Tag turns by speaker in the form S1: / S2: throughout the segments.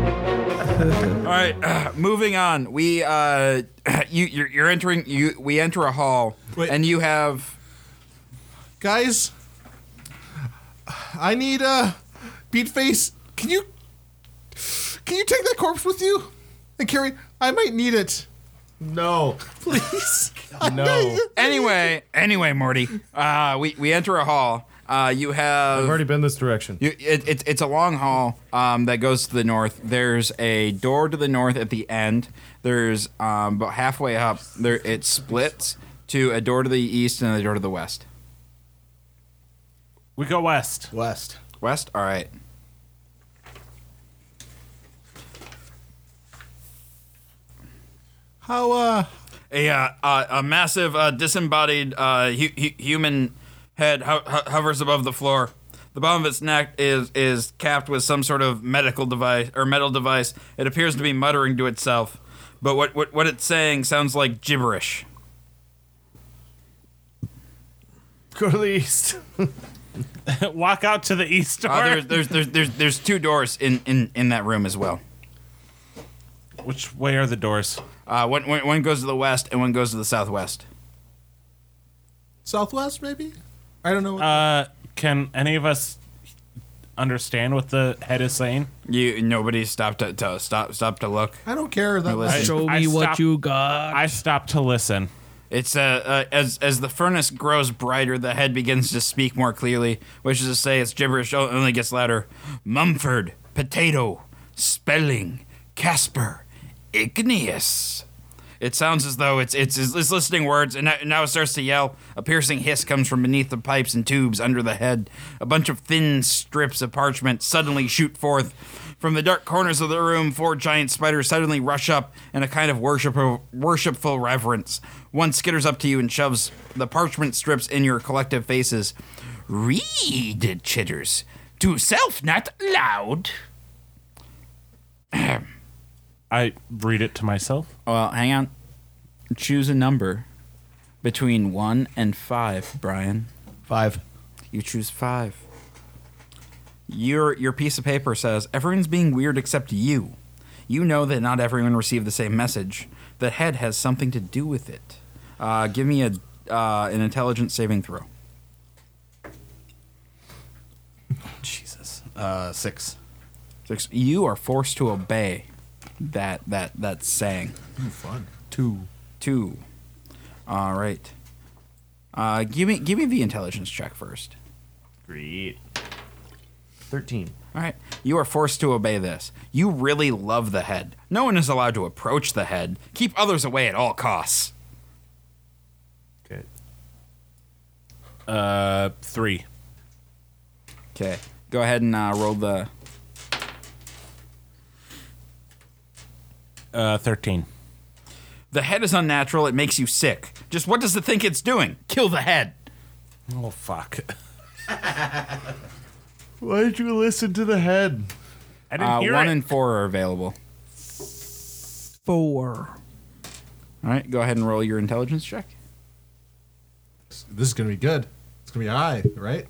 S1: All right, uh, moving on. We uh, you you're, you're entering. You we enter a hall,
S2: Wait.
S1: and you have
S2: Guys, I need uh Beatface. Can you can you take that corpse with you and carry? I might need it.
S3: No.
S2: Please.
S3: No.
S1: anyway anyway Morty. Uh, we we enter a hall. Uh, you have
S3: I've already been this direction.
S1: You, it, it, it's a long hall um, that goes to the north. There's a door to the north at the end. There's um, about halfway up. There, it splits to a door to the east and a door to the west.
S4: We go west.
S5: West.
S1: West. All right.
S2: How uh
S1: A uh, uh, a massive uh, disembodied uh, hu- hu- human head ho- ho- hovers above the floor. The bottom of its neck is is capped with some sort of medical device or metal device. It appears to be muttering to itself, but what what, what it's saying sounds like gibberish.
S3: Go to the east.
S4: Walk out to the east door.
S1: Uh, there's, there's there's there's there's two doors in in in that room as well.
S4: Which way are the doors?
S1: Uh, one, one one goes to the west and one goes to the southwest.
S2: Southwest maybe? I don't know. What
S4: Uh, can any of us understand what the head is saying?
S1: You nobody stopped to, to stop stop to look.
S2: I don't care that
S1: listen.
S2: much.
S4: I-
S6: Show
S4: I
S6: me what
S4: stopped-
S6: you got.
S4: I stop to listen.
S1: It's uh, uh as as the furnace grows brighter, the head begins to speak more clearly, which is to say, its gibberish o- only gets louder. Mumford, potato, spelling, Casper, igneous. It sounds as though it's it's, it's listening words, and now- now it starts to yell. A piercing hiss comes from beneath the pipes and tubes under the head. A bunch of thin strips of parchment suddenly shoot forth. From the dark corners of the room, four giant spiders suddenly rush up in a kind of worshipful, worshipful reverence. One skitters up to you and shoves the parchment strips in your collective faces. Read, it chitters. To self, not loud.
S4: I read it to myself.
S1: Well, hang on. Choose a number between one and five, Brian.
S5: Five.
S1: You choose five. Your your piece of paper says everyone's being weird except you. You know that not everyone received the same message. The head has something to do with it. Uh, give me a uh, an intelligence saving throw.
S5: Jesus. Uh, six.
S1: Six. You are forced to obey that that that saying.
S2: fun.
S1: Two. Two. All right. Uh, give me give me the intelligence check first.
S3: Great. Thirteen.
S1: All right. You are forced to obey this. You really love the head. No one is allowed to approach the head. Keep others away at all costs.
S3: Okay.
S4: Uh, three.
S1: Okay. Go ahead and uh, roll the.
S4: Uh, thirteen.
S1: The head is unnatural. It makes you sick. Just what does it think it's doing? Kill the head.
S4: Oh fuck!
S3: Why did you listen to the head?
S4: I didn't
S1: Uh,
S4: hear
S1: one
S4: it.
S1: and four are available.
S6: Four.
S1: All right. Go ahead and roll your intelligence check.
S2: This is gonna be good. It's gonna be high, right?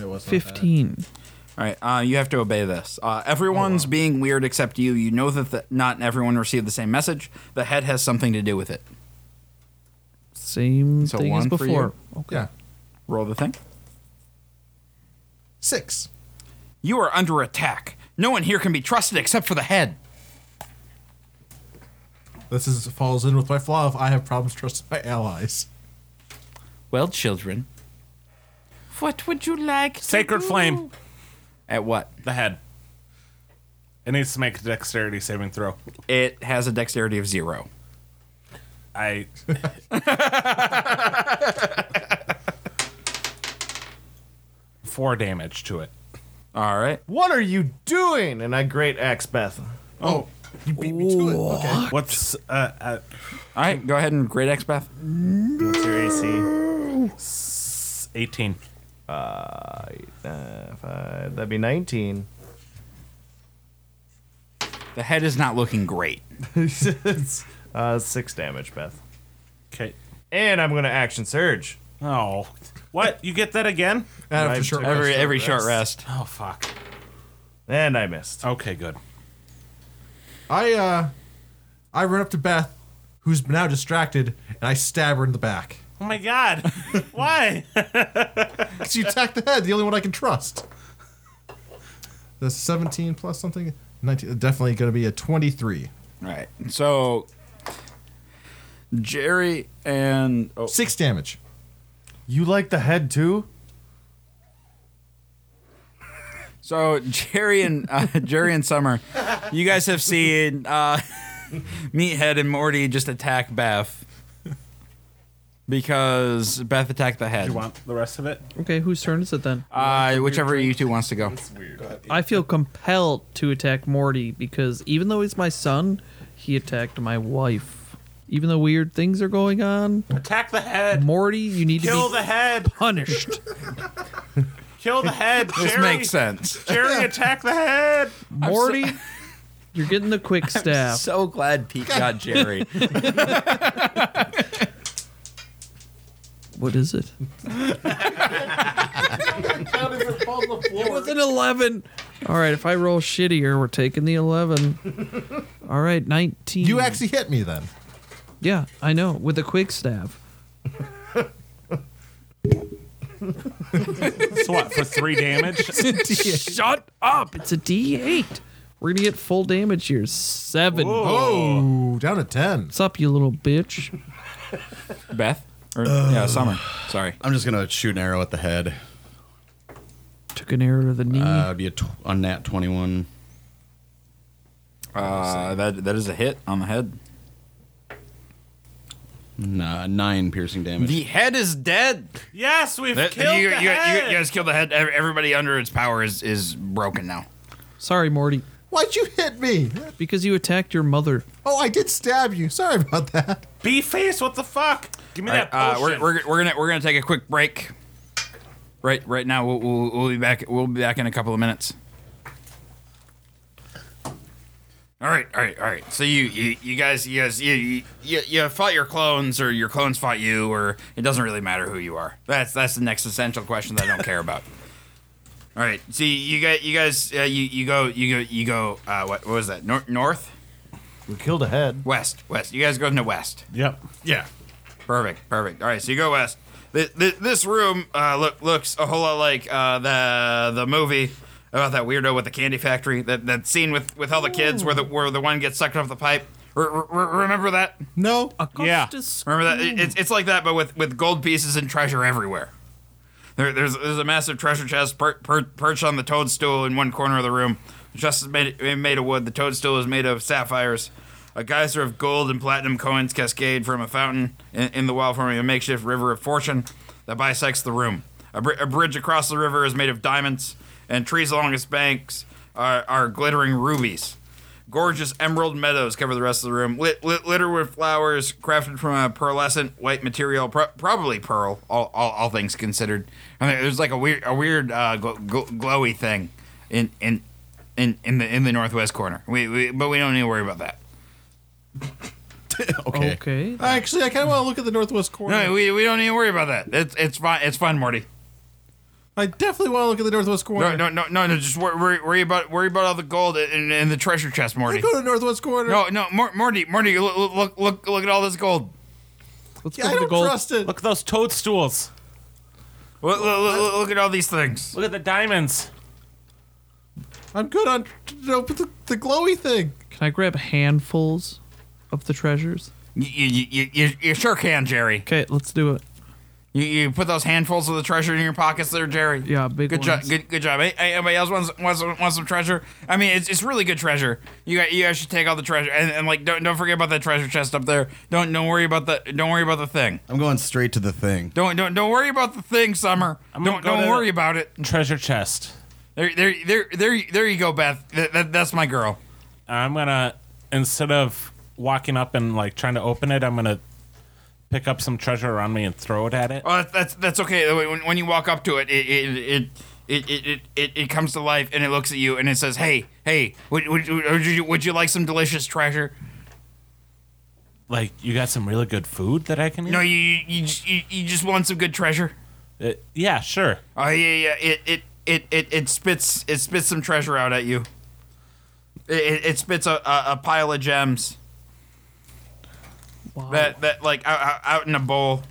S2: It was not bad.
S6: Fifteen.
S1: All right, uh, you have to obey this. Uh, everyone's being weird except you. You know that the, not everyone received the same message. The head has something to do with it.
S6: Same
S1: So
S6: thing as
S1: one for
S6: before. Okay.
S2: Yeah.
S1: Roll the thing.
S2: Six.
S1: You are under attack. No one here can be trusted except for the head.
S2: This is falls in with my flaw of I have problems trusting my allies.
S1: Well, children, what would you like?
S4: Sacred flame.
S1: At what?
S4: The head. It needs to make a dexterity saving throw.
S1: It has a dexterity of zero.
S4: I. Four damage to it.
S1: All right.
S3: What are you doing? And I great axe Beth.
S2: Oh, you beat me to it. Okay.
S4: What's uh, uh
S1: All right. Go ahead and great X Beth.
S3: What's your AC?
S4: s- eighteen?
S3: Uh, five. That'd be nineteen.
S1: The head is not looking great.
S3: It's- Uh, six damage, Beth.
S4: Okay.
S3: And I'm gonna action surge.
S4: Oh, what? You get that again?
S2: After
S3: Right,
S2: short
S3: every-
S2: rest.
S1: Every every short
S3: Short
S1: rest.
S4: Oh fuck.
S3: And I missed.
S4: Okay, good.
S2: I uh, I run up to Beth, who's now distracted, and I stab her in the back.
S4: Oh my god. Why?
S2: Because you attacked the head, the only one I can trust. That's 17 plus something. 19, definitely going to be a 23.
S1: Right. So Jerry and oh,
S2: Six damage.
S3: You like the head too?
S1: so Jerry and uh, Jerry and Summer, you guys have seen uh, Meathead and Morty just attack Beth because Beth attacked the head.
S4: You want the rest of it?
S6: Okay, whose turn is it then?
S1: Uh, whichever you two wants to go.
S6: I feel compelled to attack Morty because even though he's my son, he attacked my wife. Even though weird things are going on,
S4: Attack the head.
S6: Morty, you need
S4: Kill
S6: to be
S4: the head.
S6: punished.
S4: Kill the head.
S1: This
S4: Jerry.
S1: makes sense.
S4: Jerry, attack the head.
S6: Morty, you're getting the quick stab.
S1: So glad Pete got Jerry.
S6: what is it? it was an 11. All right, if I roll shittier, we're taking the 11. All right, 19.
S2: You actually hit me then.
S6: Yeah, I know, with a quick stab.
S4: So what? For three damage?
S6: Shut up. It's a D8. We're going to get full damage here. Seven.
S2: Oh, down to 10.
S6: What's up, you little bitch?
S1: Beth or yeah, Summer. Sorry.
S5: I'm just gonna shoot an arrow at the head.
S6: Took an arrow to the knee.
S5: Uh, it'd be a t- on nat 21.
S1: Uh, that that is a hit on the head.
S5: Nah, nine piercing damage.
S1: The head is dead.
S4: Yes, we've
S1: That-
S4: killed
S1: you,
S4: the
S1: you- you
S4: head.
S1: guys killed the head. Ev- Everybody under its power is, is broken now.
S6: Sorry, Morty.
S2: Why'd you hit me?
S6: Because you attacked your mother.
S2: Oh, I did stab you. Sorry about that.
S4: Bee face, what the fuck? Give me
S1: All right,
S4: that
S1: uh, we're,
S4: potion.
S1: we're, we're gonna we're gonna take a quick break. Right right now we'll, we'll, we'll be back we'll be back in a couple of minutes. All right all right all right. So you you, you guys you guys you, you you you fought your clones or your clones fought you or it doesn't really matter who you are. That's that's the next essential question that I don't care about. All right. See you guys you guys uh, you you go you go you go uh, what, what was that Nor- north
S3: We killed a head.
S1: west west you guys go into west.
S4: Yep.
S1: Yeah. Perfect. Perfect. All right. So you go west. Th- th- This room uh, look looks a whole lot like uh, the the movie about that weirdo with the candy factory. That that scene with, with all the kids where the where the one gets sucked off the pipe. R- r- r- remember that?
S2: No.
S4: Yeah.
S1: Remember that? It- It's, it's like that, but with, with gold pieces and treasure everywhere. There, there's there's a massive treasure chest per, per, perched on the toadstool in one corner of the room. The chest is made made of wood. The toadstool is made of sapphires. A geyser of gold and platinum coins cascade from a fountain in, in the wall, forming a makeshift river of fortune that bisects the room. A, br- a bridge across the river is made of diamonds, and trees along its banks are, are glittering rubies. Gorgeous emerald meadows cover the rest of the room, lit, lit, littered with flowers crafted from a pearlescent white material, pro- probably pearl, all, all, all things considered. I mean, there's like a weird, a weird uh, gl- gl- glowy thing in, in, in, in the in the northwest corner. We, we but we don't need to worry about that.
S5: okay.
S6: Okay.
S2: Actually, I kind of want to look at the northwest corner.
S1: No, we, we don't need to worry about that. It's it's fine. It's fine, Morty.
S2: I definitely want to look at the northwest corner.
S1: No, no, no, no, no. Just wor- worry, worry about worry about all the gold in, in the treasure chest,
S2: I
S1: Morty.
S2: go to the northwest corner.
S1: No, no, Mor- Morty, Morty, look, look, look, look at all this gold.
S6: Let's
S2: Yeah,
S6: go
S2: I
S6: to the
S2: don't
S6: gold.
S2: trust it.
S4: Look at those toadstools.
S1: Look, look, look, look at all these things.
S4: Look at the diamonds.
S2: I'm good on no, but the, the glowy thing.
S6: Can I grab handfuls of the treasures?
S1: You, you, you, you, you sure can, Jerry.
S6: Okay, let's do it.
S1: You, you put those handfuls of the treasure in your pockets there, Jerry.
S6: Yeah, big
S1: Good job.
S6: ones.
S1: Good, good job. Hey, hey, anybody else wants, wants wants some treasure? I mean, it's, it's really good treasure. You got, you guys should take all the treasure and, and like don't don't forget about that treasure chest up there. Don't don't worry about the don't worry about the thing.
S5: I'm going straight to the thing.
S1: Don't don't don't worry about the thing, Summer.
S4: I'm gonna
S1: don't
S4: go
S1: don't
S4: to-
S1: worry about it.
S4: Treasure chest.
S1: There there there there there you go, Beth. That, that, that's my girl.
S4: I'm gonna instead of walking up and like trying to open it, I'm gonna pick up some treasure around me and throw it at it.
S1: Oh, that's that's, that's okay. When, when you walk up to it, it it it. It, it, it, it, it comes to life and it looks at you and it says, "Hey, hey, would, would, would, you, would you like some delicious treasure?"
S4: like you got some really good food that I can eat?
S1: No, you you, you, just- you you just want some good treasure.
S4: Uh, yeah, sure.
S1: Oh yeah, yeah. It it it it, it spits it spits some treasure out at you. It, it, it spits a, a, a pile of gems
S6: Wow.
S1: that that like out, out- out in a bowl,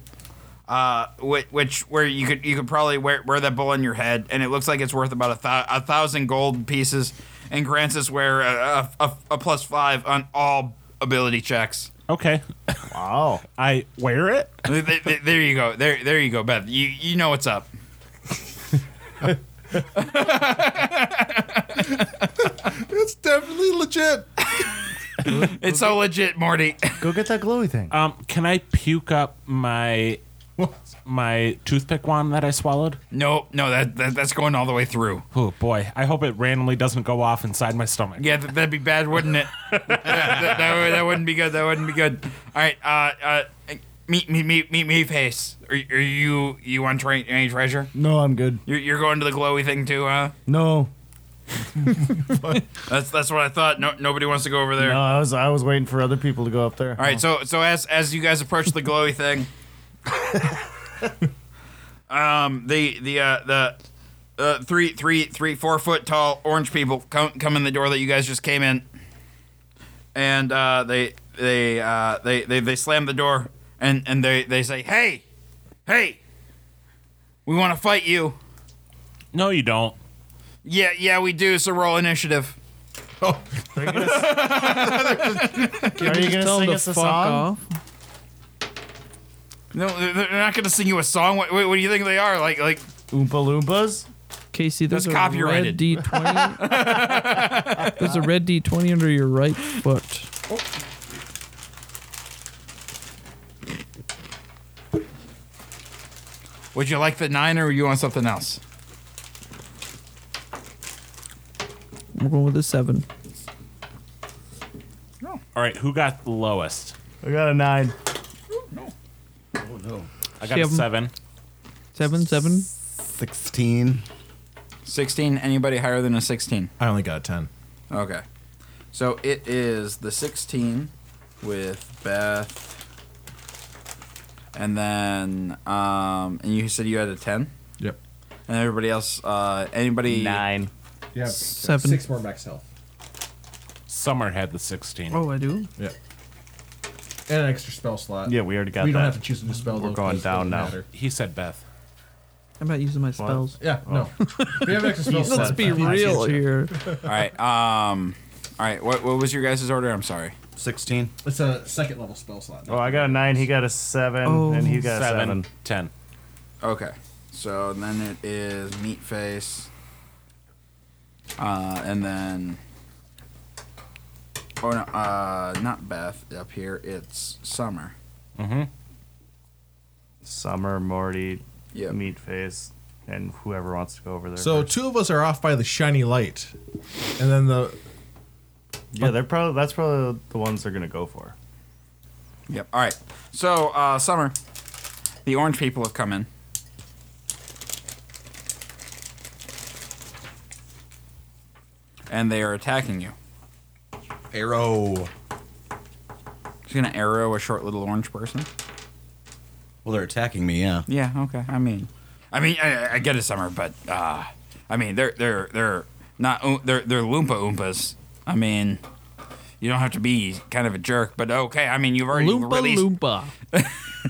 S1: uh, which, which where you could you could probably wear wear that bowl on your head, and it looks like it's worth about a, thou- a thousand gold pieces, and grants us where a, a, a, a plus five on all ability checks.
S4: Okay.
S3: Wow.
S4: I wear it.
S1: Th- th- th- there you go. There there you go, Beth. You you know what's up.
S2: It's definitely legit.
S1: It's so legit, Morty.
S3: Go get that glowy thing.
S4: Um, can I puke up my my toothpick wand that I swallowed?
S1: no, no, that, that that's going all the way through.
S4: Oh boy, I hope it randomly doesn't go off inside my stomach.
S1: Yeah, th- that'd be bad, wouldn't it? that, that, that would- that wouldn't be good. That wouldn't be good. All right, uh, uh, meet me, meet meet me, face. Are, are you you want tra- any treasure?
S3: no, I'm good.
S1: You're, you're going to the glowy thing too, huh?
S3: No.
S1: That's that's what I thought. No, nobody wants to go over there.
S3: No, I was I was waiting for other people to go up there.
S1: All right, so so as as you guys approach the glowy thing, um, the the uh, the uh, three three three four foot tall orange people come come in the door that you guys just came in, and uh, they they uh, they they they slam the door and and they they say, hey, hey, we want to fight you.
S4: No, you don't.
S1: Yeah, yeah, we do. So roll initiative.
S3: Are you gonna
S6: Tell them
S3: sing
S6: to
S3: us a
S6: fuck
S3: song?
S6: off.
S1: No, they're they're not gonna sing you a song. What, what do you think they are? Like like
S3: Oompa Loompas.
S6: Casey, there's
S1: That's
S6: a
S1: copyrighted.
S6: red D20. there's a red D20 under your right foot.
S1: Would you like the nine or you want something else?
S6: We're going with a seven.
S4: All right, who got the lowest?
S3: I got a nine.
S4: I got a
S6: Seven.
S4: seven.
S6: Seven, seven.
S5: 16.
S1: 16 anybody higher than a 16
S2: I only got ten.
S1: okay so it is the 16 with beth and then um and you said you had a 10
S2: Yep.
S1: and everybody else uh anybody
S3: Nine.
S7: You have
S6: Seven.
S7: six more max health.
S4: Summer had the sixteen.
S6: Oh, I do.
S2: Yep.
S7: And an extra spell slot.
S3: Yeah, we already got
S7: We don't
S3: that.
S7: have to choose a new spell.
S3: We're
S7: though,
S3: going
S7: because it doesn't
S3: down now.
S7: matter.
S4: He said Beth.
S6: I'm not using my spells.
S7: Yeah,
S3: Oh.
S7: no. we have an extra spell slot.
S6: Let's be real here.
S1: all right um all right what, what was your guys' order i'm sorry
S5: 16.
S7: It's a second level spell slot.
S3: Oh, I got a nine. He got a seven,
S6: Oh.
S3: and he got a
S4: Seven.
S3: seven.
S4: Ten.
S1: okay so then it is meat face uh and then oh no uh not beth up here it's summer
S3: Summer, Morty,
S1: Yep.
S3: Meat Face, and whoever wants to go over there.
S2: So
S3: first.
S2: two of us are off by the shiny light, and then the
S3: yeah, they're probably that's probably the ones they're gonna go for.
S1: Yep. All right. So, uh, Summer, the orange people have come in. And they are attacking you.
S5: Arrow.
S1: She's going to arrow a short little orange person.
S5: Well, they're attacking me, yeah.
S1: Yeah, okay. I mean, I mean, I, I get it, Summer, but, uh, I mean, they're, they're, they're not, oom- they're, they're Loompa Oompas. I mean, you don't have to be kind of a jerk, but okay. I mean, you've already
S6: Loompa
S1: released,
S6: Loompa.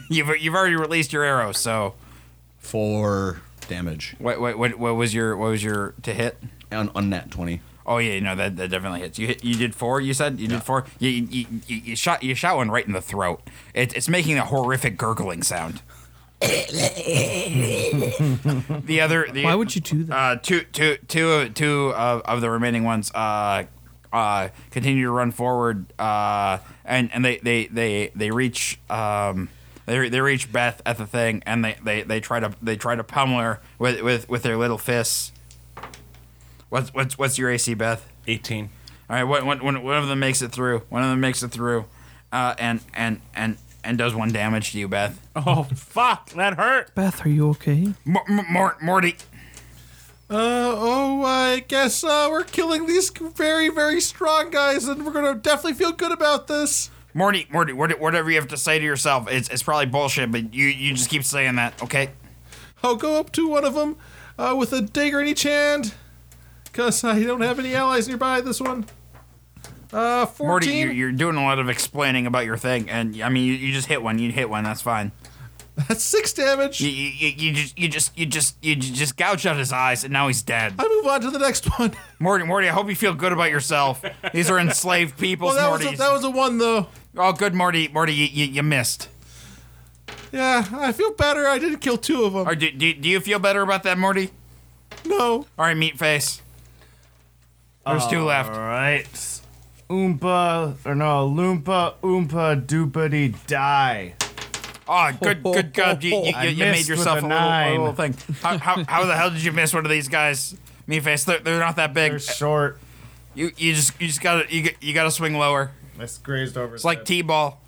S1: you've, you've already released your arrow, so
S5: Four damage.
S1: what, what, what, what was your, what was your to hit?
S5: On, on nat 20.
S1: Oh yeah, no, that, that definitely hits. You hit, you did four. You said you did four. You, you, you, you shot you shot one right in the throat. It, it's making a horrific gurgling sound. the other the,
S6: Why would you do that?
S1: uh, two two two of two of, of the remaining ones uh, uh, continue to run forward uh, and and they they they they reach um, they, they reach Beth at the thing and they, they, they try to they try to pummel her with, with, with their little fists. What's what's what's your AC, Beth?
S4: Eighteen.
S1: All right, one, one, one, one of them makes it through. One of them makes it through, uh, and and and and does one damage to you, Beth.
S4: Oh fuck, that hurt.
S6: Beth, are you okay?
S1: Mor- Mor- Morty,
S2: Uh, oh, I guess uh, we're killing these very, very strong guys, and we're gonna definitely feel good about this.
S1: Morty, Morty, what- whatever you have to say to yourself, it's, it's probably bullshit, but you, you just keep saying that, okay?
S2: I'll go up to one of them uh, with a dagger in each hand, because I don't have any allies nearby this one. Uh, 14.
S1: Morty, you're, you're doing a lot of explaining about your thing, and I mean, you, you just hit one, you hit one, that's fine.
S2: That's six damage.
S1: You, you, you, you just you just you just you just gouge out his eyes, and now he's dead.
S2: I move on to the next one.
S1: Morty, Morty, I hope you feel good about yourself. These are enslaved peoples,
S2: Well, that was,
S1: Morty.
S2: a, that was a one, though.
S1: oh, good, Morty, Morty, you, you, you missed.
S2: Yeah, I feel better. I didn't kill two of them.
S1: Or do, do, do you feel better about that, Morty?
S2: No.
S1: All right, meat face. There's two
S3: All
S1: left.
S3: right. Oompa, or no, Loompa, Oompa, Doopity, Die.
S1: Oh, good, good God! You, you, you,
S3: I
S1: you made
S3: missed with
S1: yourself a,
S3: a
S1: little, a
S3: nine.
S1: little thing. How, how, how the hell did you miss one of these guys? Meat face, they're, they're not that
S3: They're
S1: big.
S3: short.
S1: You you just you just gotta you, g- you gotta swing lower.
S3: That's grazed over.
S1: It's like t-ball.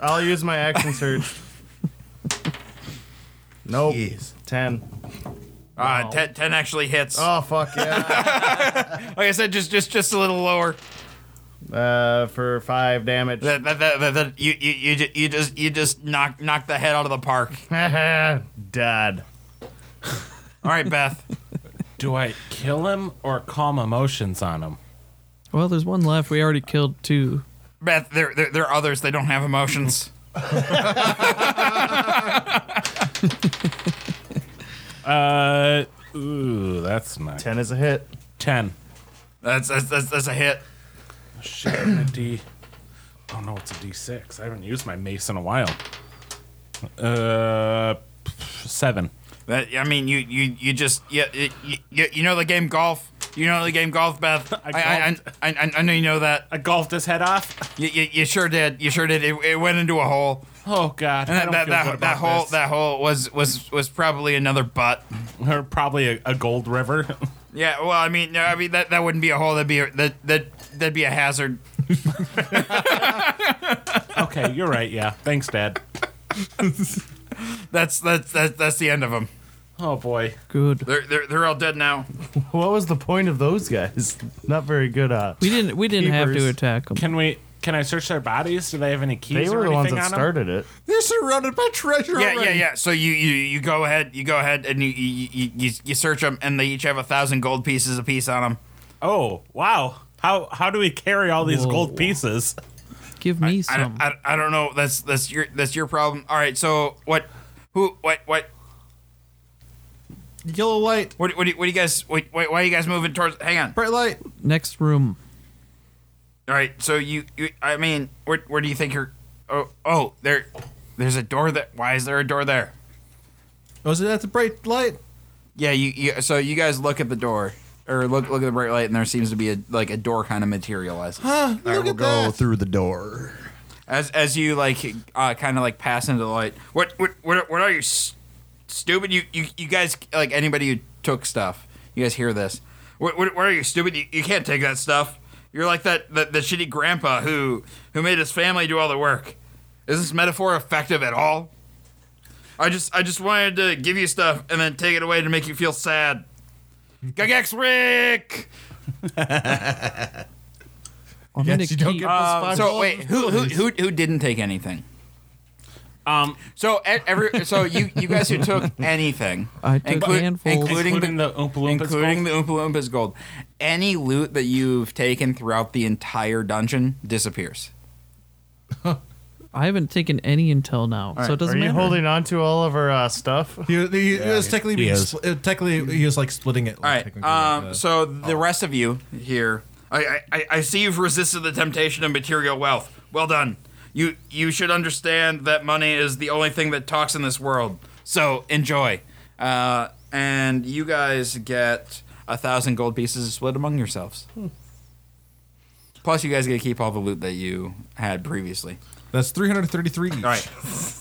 S3: I'll use my action surge. nope. Ten.
S1: Uh, ten, 10 actually hits.
S3: Oh fuck yeah.
S1: Like I said, just just just a little lower.
S3: uh, for five damage.
S1: That that that, that, that you, you you ju- you just you just knock knock the head out of the park.
S3: Dad.
S1: All right, Beth.
S4: Do I kill him or calm emotions on him?
S6: Well, there's one left. We already killed two.
S1: Beth, there, there there are others. They don't have emotions.
S4: Uh, ooh, that's nice.
S3: Ten is a hit.
S4: Ten.
S1: That's that's that's, that's a hit.
S4: Shit, a D. Oh no, it's a D6. I haven't used my mace in a while. Uh, seven.
S1: That I mean, you you you just yeah you, you, you know the game golf. You know the game golf, Beth. I I, I, I I know you know that.
S4: I golfed his head off.
S1: You, you, you sure did. You sure did. It, it went into a hole.
S4: Oh god,
S1: And
S4: I
S1: that
S4: don't
S1: that
S4: feel good
S1: that,
S4: about
S1: that hole
S4: this.
S1: that hole was was was probably another butt.
S4: or probably a, a gold river.
S1: Yeah, well, I mean, no, I mean that, that wouldn't be a hole. That'd be a, that that that'd be a hazard.
S4: okay, you're right. Yeah, thanks, Dad.
S1: That's that's that's, that's the end of them.
S4: Oh boy.
S6: Good.
S1: They're, they're they're all dead now.
S3: What was the point of those guys? Not very good uh, at.
S6: We didn't. We didn't have to
S3: Keepers.
S6: attack them.
S4: Can we? Can I search their bodies? Do they have any
S3: They
S4: keys or
S3: were the
S4: anything
S3: ones that
S4: on 'em?
S3: started it.
S2: They're surrounded by treasure
S1: Yeah, yeah,
S2: already.
S1: yeah. So you you you go ahead, you go ahead, and you you you, you, you search them, and they each have a thousand gold pieces apiece on them.
S4: Oh wow. How how do we carry all these
S6: Whoa.
S4: gold pieces?
S6: Give me
S1: I,
S6: some.
S1: don't- I, I don't know. That's that's your that's your problem. All right. So what? Who? What? What?
S2: Yellow light.
S1: What? What? do you- what do you guys? What, why, why are you guys moving towards? Hang on.
S2: Bright light.
S6: Next room.
S1: All right. So you, you I mean, where where do you think you're? Oh oh, there, there's a door. That why is there a door there?
S2: Was Oh, it at the bright light?
S1: Yeah, you, you. So you guys look at the door, or look look at the bright light, and there seems to be a like a door kind of materializes.
S2: Huh, look
S5: I will
S2: at
S5: go
S2: that.
S5: through the door.
S1: As as you like, uh, kind of like pass into the light. What what what, what are you, s- stupid? You, you you guys like anybody who took stuff. You guys hear this? What what, what are you stupid? You, you can't take that stuff. You're like that, that the shitty grandpa who who made his family do all the work. Is this metaphor effective at all? I just I just wanted to give you stuff and then take it away to make you feel sad. Gagax Rick.
S6: I'm gonna
S2: Yes, you don't
S6: keep-
S2: get plus five.
S1: So wait, who who who who didn't take anything?
S4: Um,
S1: So e- every so you you guys who took anything,
S6: I took
S1: inclu-
S6: handfuls.
S1: including,
S4: including
S1: the,
S4: the, Oompa Loompas
S1: including
S4: gold?
S1: the Oompa Loompas gold, any loot that you've taken throughout the entire dungeon disappears.
S6: I haven't taken any until now, so it
S3: Are
S6: doesn't
S3: you
S6: matter.
S3: holding on to all of our uh, stuff?
S2: He, he, he was technically, being
S5: is. Mm-hmm.
S2: spl- uh, technically he was like splitting it.
S1: All
S2: like,
S1: right.
S2: technically, like,
S1: Um.
S2: uh,
S1: so the rest of you here, I, I- I I see you've resisted the temptation of material wealth. Well done. You you should understand that money is the only thing that talks in this world. So enjoy. Uh. And you guys get a thousand gold pieces to split among yourselves.
S2: Hmm.
S1: Plus, you guys get to keep all the loot that you had previously.
S2: that's 333 each.
S1: All right.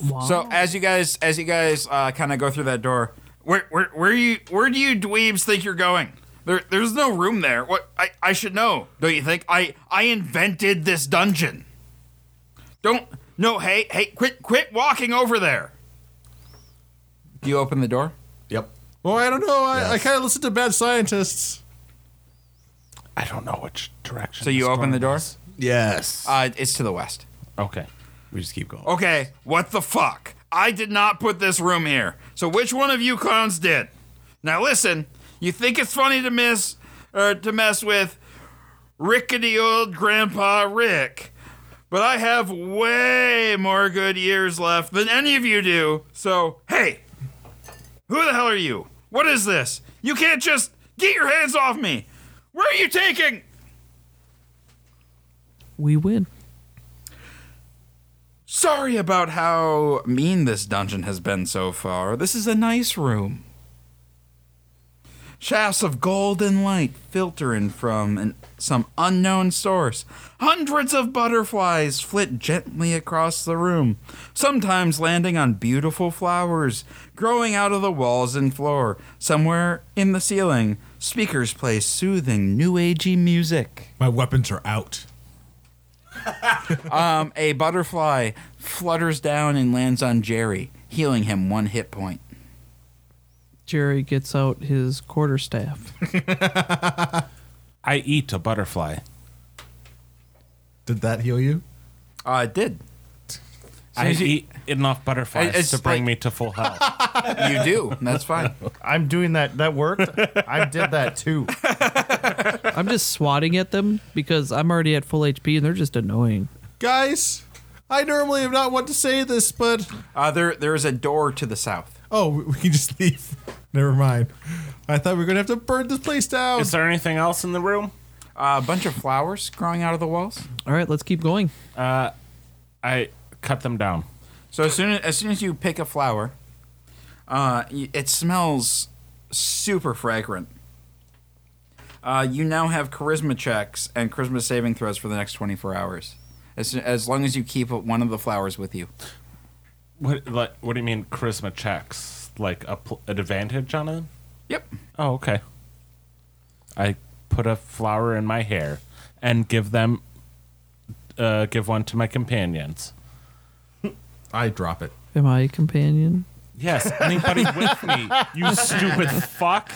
S6: Wow.
S1: So as you guys as you guys uh, kind of go through that door, where where where you where do you dweebs think you're going? There there's no room there. What I I should know, don't you think? I I invented this dungeon. Don't no hey hey quit quit walking over there. Do you open the door?
S5: Yep.
S2: Well, Oh, I don't know. I, I
S5: Yes.
S2: kind of listen to bad scientists.
S4: I don't know which direction.
S1: So you
S4: this
S1: open the door.
S4: is.
S5: Yes.
S1: Uh, it's to the west.
S4: Okay.
S5: We just keep going.
S1: Okay, what the fuck? I did not put this room here. So which one of you clowns did? Now listen, you think it's funny to miss or to mess with rickety old grandpa Rick. But I have way more good years left than any of you do. So, hey, who the hell are you? What is this? You can't just get your hands off me. Where are you taking?
S6: We win.
S1: Sorry about how mean this dungeon has been so far. This is a nice room. Shafts of golden light filtering from an, some unknown source. Hundreds of butterflies flit gently across the room, sometimes landing on beautiful flowers growing out of the walls and floor. Somewhere in the ceiling, speakers play soothing, new agey music.
S8: My weapons are out.
S1: Um, a butterfly flutters down and lands on Jerry, healing him one hit point.
S6: Jerry gets out his quarterstaff.
S4: I eat a butterfly.
S2: Did that heal you?
S1: Uh, it did.
S4: I eat enough butterflies
S1: It's
S4: to bring
S1: like-
S4: me to full health.
S1: You do. That's fine.
S3: I'm doing that. That worked. I did that too.
S6: I'm just swatting at them because I'm already at full HP and they're just annoying.
S2: Guys, I normally am not one to say this, but
S1: Uh, there, there is a door to the south.
S2: oh, we- we can just leave. Never mind. I thought we were gonna have to burn this place down.
S4: Is there anything else in the room?
S1: Uh, a bunch of flowers growing out of the walls.
S6: All right, let's keep going.
S4: I cut them down.
S1: So as soon as, as soon as you pick a flower, uh, y- it smells super fragrant. Uh, you now have charisma checks and charisma saving throws for the next 24 hours. As, as long as you keep one of the flowers with you.
S4: What like, what do you mean charisma checks? Like a pl- an advantage on it?
S1: Yep.
S4: Oh, okay. I put a flower in my hair and give them uh, give one to my companions.
S2: I drop it.
S6: Am I a companion?
S4: Yes, anybody with me, you stupid fuck.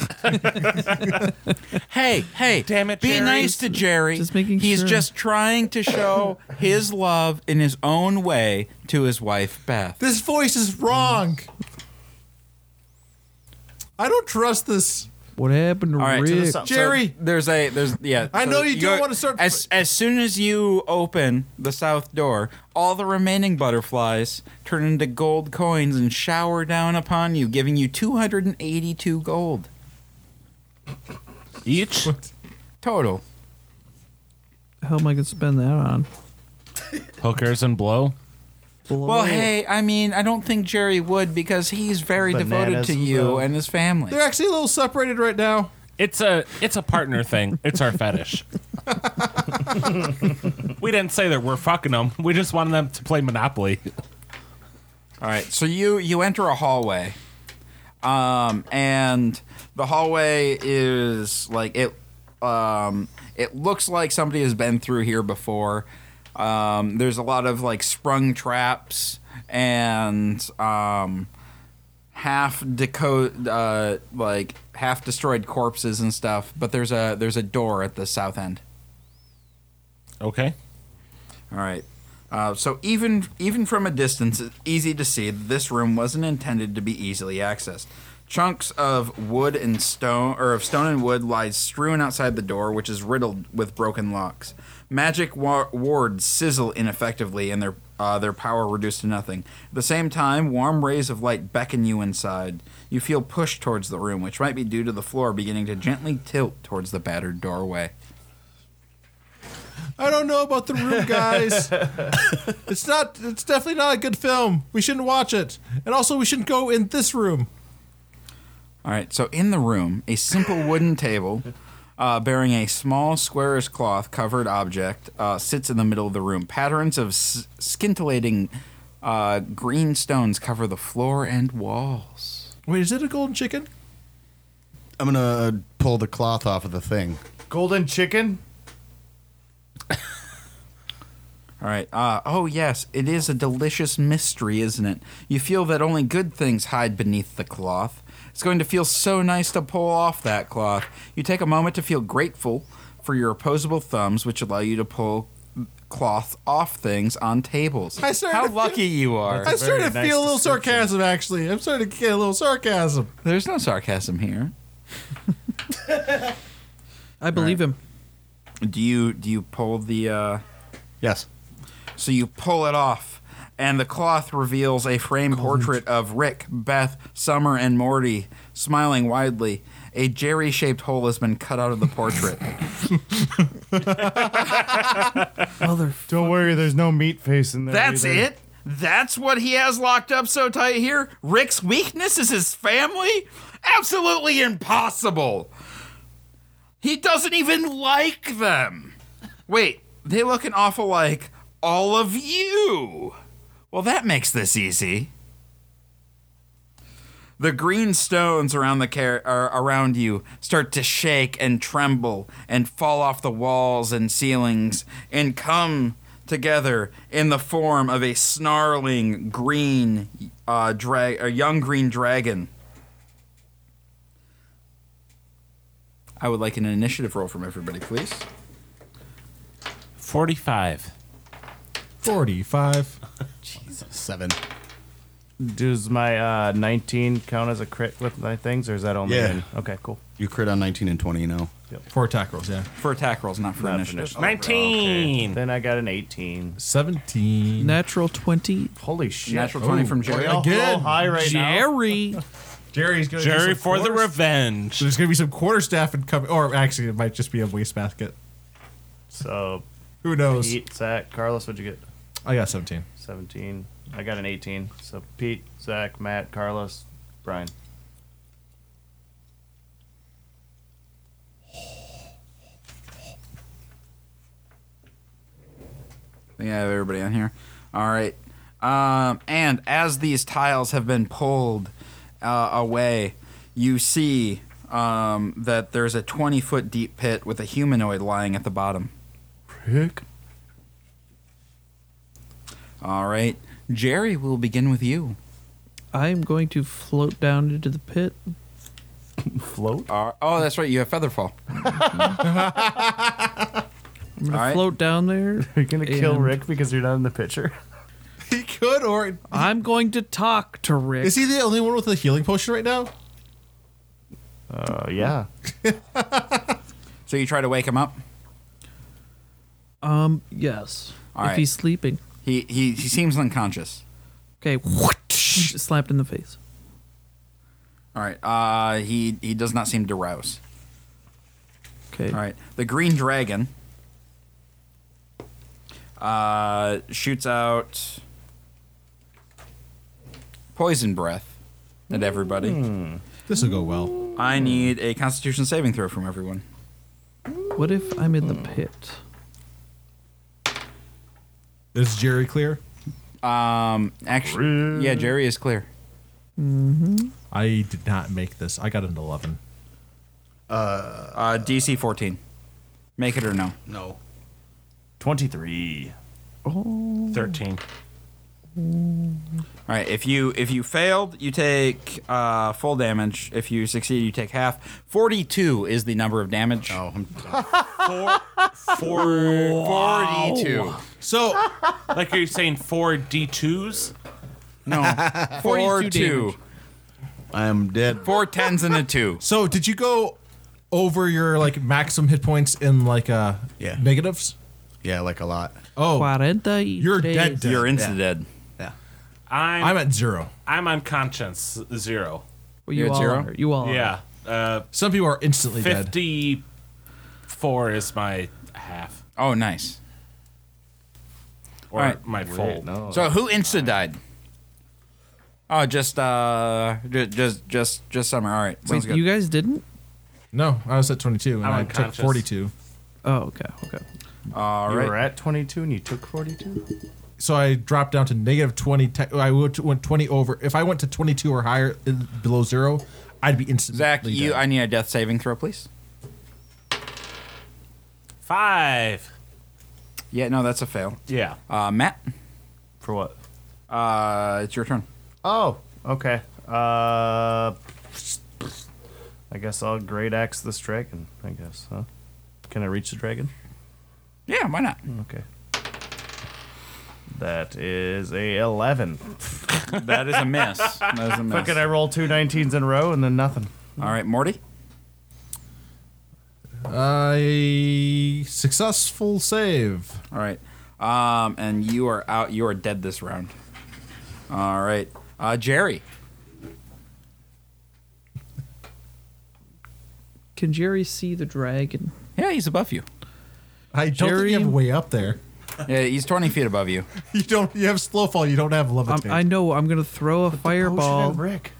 S1: Hey, hey,
S4: Damn it,
S1: be
S4: Jerry.
S1: nice to Jerry.
S6: Just making
S1: He's
S6: sure.
S1: just trying to show his love in his own way to his wife Beth.
S2: This voice is wrong. I don't trust this.
S6: What happened to
S1: All right, to the
S6: Rick?
S1: So
S2: Jerry!
S1: there's a there's yeah.
S2: I know you
S1: you
S2: don't
S1: go-
S2: wanna start-
S1: As as soon as you open the south door, all the remaining butterflies turn into gold coins and shower down upon you, giving you 282 gold
S4: Each?
S1: total.
S6: the hell am I gonna spend that on?
S4: Hookers and blow?
S6: Oh.
S1: Well, hey, I mean, I don't think Jerry would because he's very devoted
S3: Bananas
S1: to
S3: and
S1: you
S3: the-
S1: and his family.
S2: They're actually a little separated right now.
S4: It's a it's a partner thing. It's our fetish. we didn't say that we're fucking them. We just wanted them to play Monopoly.
S1: All right, so you you enter a hallway, um, and the hallway is like it, um, it looks like somebody has been through here before. Um, there's a lot of like sprung traps and um, half decode uh, like half destroyed corpses and stuff. But there's a there's a door at the south end.
S4: Okay.
S1: All right. Uh, so even even from a distance, it's easy to see that this room wasn't intended to be easily accessed. Chunks of wood and stone, or of stone and wood, lies strewn outside the door, which is riddled with broken locks. Magic wa- wards sizzle ineffectively, and their uh, their power reduced to nothing. At the same time, warm rays of light beckon you inside. You feel pushed towards the room, which might be due to the floor beginning to gently tilt towards the battered doorway.
S2: I don't know about the room, guys. it's not. It's definitely not a good film. We shouldn't watch it, and also we shouldn't go in this room.
S1: All right. So in the room, a simple wooden table uh, bearing a small squarish cloth covered object uh, sits in the middle of the room. Patterns of s- scintillating uh, green stones cover the floor and walls.
S2: Wait, is it a golden chicken?
S5: I'm gonna pull the cloth off of the thing.
S3: Golden chicken.
S1: All right. Uh, oh, yes. It is a delicious mystery, isn't it? You feel that only good things hide beneath the cloth. It's going to feel so nice to pull off that cloth. You take a moment to feel grateful for your opposable thumbs, which allow you to pull cloth off things on tables.
S2: I started-
S1: How lucky you are.
S2: I'm starting to
S3: nice
S2: feel a little
S3: description.
S2: sarcasm, actually. I'm starting to get a little sarcasm.
S1: There's no sarcasm here.
S6: I believe him.
S1: Do you do you pull the uh
S5: Yes.
S1: so you pull it off and the cloth reveals a framed portrait of Rick, Beth, Summer and Morty smiling widely. A jerry-shaped hole has been cut out of the portrait.
S6: Mother.
S3: Don't worry, there's no meat face in there.
S1: That's
S3: either.
S1: it? That's what he has locked up so tight here? Rick's weakness is his family? Absolutely impossible. He doesn't even like them. Wait, they look an awful like all of you. Well, that makes this easy. The green stones around the car- are around you start to shake and tremble and fall off the walls and ceilings and come together in the form of a snarling green uh, dra- a young green dragon. I would like an initiative roll from everybody, please.
S4: 45.
S1: Oh,
S2: 45.
S5: Seven.
S3: Does my uh, 19 count as a crit with my things, or is that only?
S5: Yeah.
S3: in- Okay, cool.
S5: You crit on 19 and 20 now.
S2: Four attack rolls, yeah.
S1: For attack rolls, not for initiative.
S4: 19.
S3: Then I got an 18.
S2: 17.
S6: Natural 20.
S3: Holy shit!
S1: Natural 20 from Jerry.
S3: We all roll high right now.
S6: Jerry.
S2: Jerry's going
S4: Jerry for the revenge.
S2: There's going to be some quarterstaff and cover, or actually, it might just be a wastebasket.
S3: So
S2: Who knows?
S3: Pete, Zach, Carlos, what'd you get?
S2: I got 17.
S3: 17. I got an 18. So Pete, Zach, Matt, Carlos, Brian.
S1: We have everybody on here. All right. Um, and as these tiles have been pulled uh, away, you see um, that there's a 20 foot deep pit with a humanoid lying at the bottom. All right. Jerry, we'll begin with you.
S6: I am going to float down into the pit.
S3: Float.
S1: Uh, oh, that's right. You have Featherfall.
S6: I'm going
S1: All right.
S6: to float down there.
S3: Are you gonna kill
S6: And-
S3: Rick because you're not in the picture?
S2: He could, or.
S6: I'm going to talk to Rick.
S2: Is he the only one with a healing potion right now?
S3: Uh, yeah.
S1: So you try to wake him up.
S6: um, yes.
S1: All
S6: if
S1: right.
S6: he's sleeping.
S1: He, he, he seems unconscious.
S6: Okay. slapped in the face.
S1: All right. Uh, he, he does not seem to rouse.
S6: Okay.
S1: All right. The green dragon uh, shoots out poison breath at everybody.
S5: Hmm.
S2: This will go well.
S1: I need a constitution saving throw from everyone.
S6: What if I'm in the pit?
S2: Is Jerry clear?
S1: Um, actually, yeah, Jerry is clear.
S2: I did not make this. I got an 11.
S1: Uh, DC 14. Make it or no.
S5: No.
S3: 23.
S4: 13.
S1: All right. If you if you failed, you take uh, full damage. If you succeed, you take half. Forty-two is the number of damage.
S5: Oh, I'm,
S1: Forty-two.
S2: So,
S4: Like, are you saying four D2s?
S1: No, four two,
S6: damage.
S5: I'm dead.
S1: four tens and a two.
S2: so did you go over your like maximum hit points in like uh
S5: Yeah.
S2: negatives?
S5: Yeah, like a lot.
S2: Oh,
S6: Cuarenta y
S2: You're
S6: tres.
S2: dead, dead.
S1: You're into dead.
S5: Yeah.
S4: I'm
S2: I'm
S4: I'm,
S2: at zero.
S4: on conscience zero.
S6: Well, you
S1: You're at
S6: all
S1: zero?
S6: are. You all are.
S4: Yeah. Uh,
S2: Some people are instantly dead.
S4: 54 is my half
S1: Oh, nice.
S4: or
S1: Alright.
S4: my full.
S3: No.
S1: So who insta died? Oh, just uh, ju- just just just summer. All right, sounds
S6: Wait,
S1: good.
S6: you guys didn't?
S2: No, I was at 22 and
S4: I'm
S2: I took
S4: unconscious.
S2: 42.
S6: Oh, okay. Okay.
S1: All
S3: you were
S1: right,
S3: at 22 and you took 42.
S2: So I dropped down to negative 20. Te- I went to- went 20 over. If I went to 22 or higher in, below zero, I'd be instantly
S1: Zach,
S2: dead.
S1: you I need a death saving throw, please.
S4: Five.
S1: Yeah, no, that's a fail.
S3: Yeah.
S1: Uh, Matt,
S3: For what?
S1: uh, it's your turn.
S3: Oh, okay. Uh, I guess I'll great axe this dragon. I guess, huh? Can I reach the dragon?
S1: Yeah, why not?
S3: Okay. That is a 11.
S1: That is a miss. That is a miss.
S3: Fucking I roll two 19s in a row and then nothing.
S1: All right, Morty.
S2: I successful save.
S1: All right. Um, and you are out. You are dead this round. All right. Uh, Jerry.
S6: Can Jerry see the dragon?
S1: Yeah, he's above you.
S2: I don't think
S6: Jerry-
S2: you have way up there.
S1: Yeah, he's 20 feet above you.
S2: You don't. You have slow fall. You don't have
S6: Um,
S2: levitate.
S6: I know. I'm gonna throw a
S3: Potion
S6: fireball.
S3: and Rick.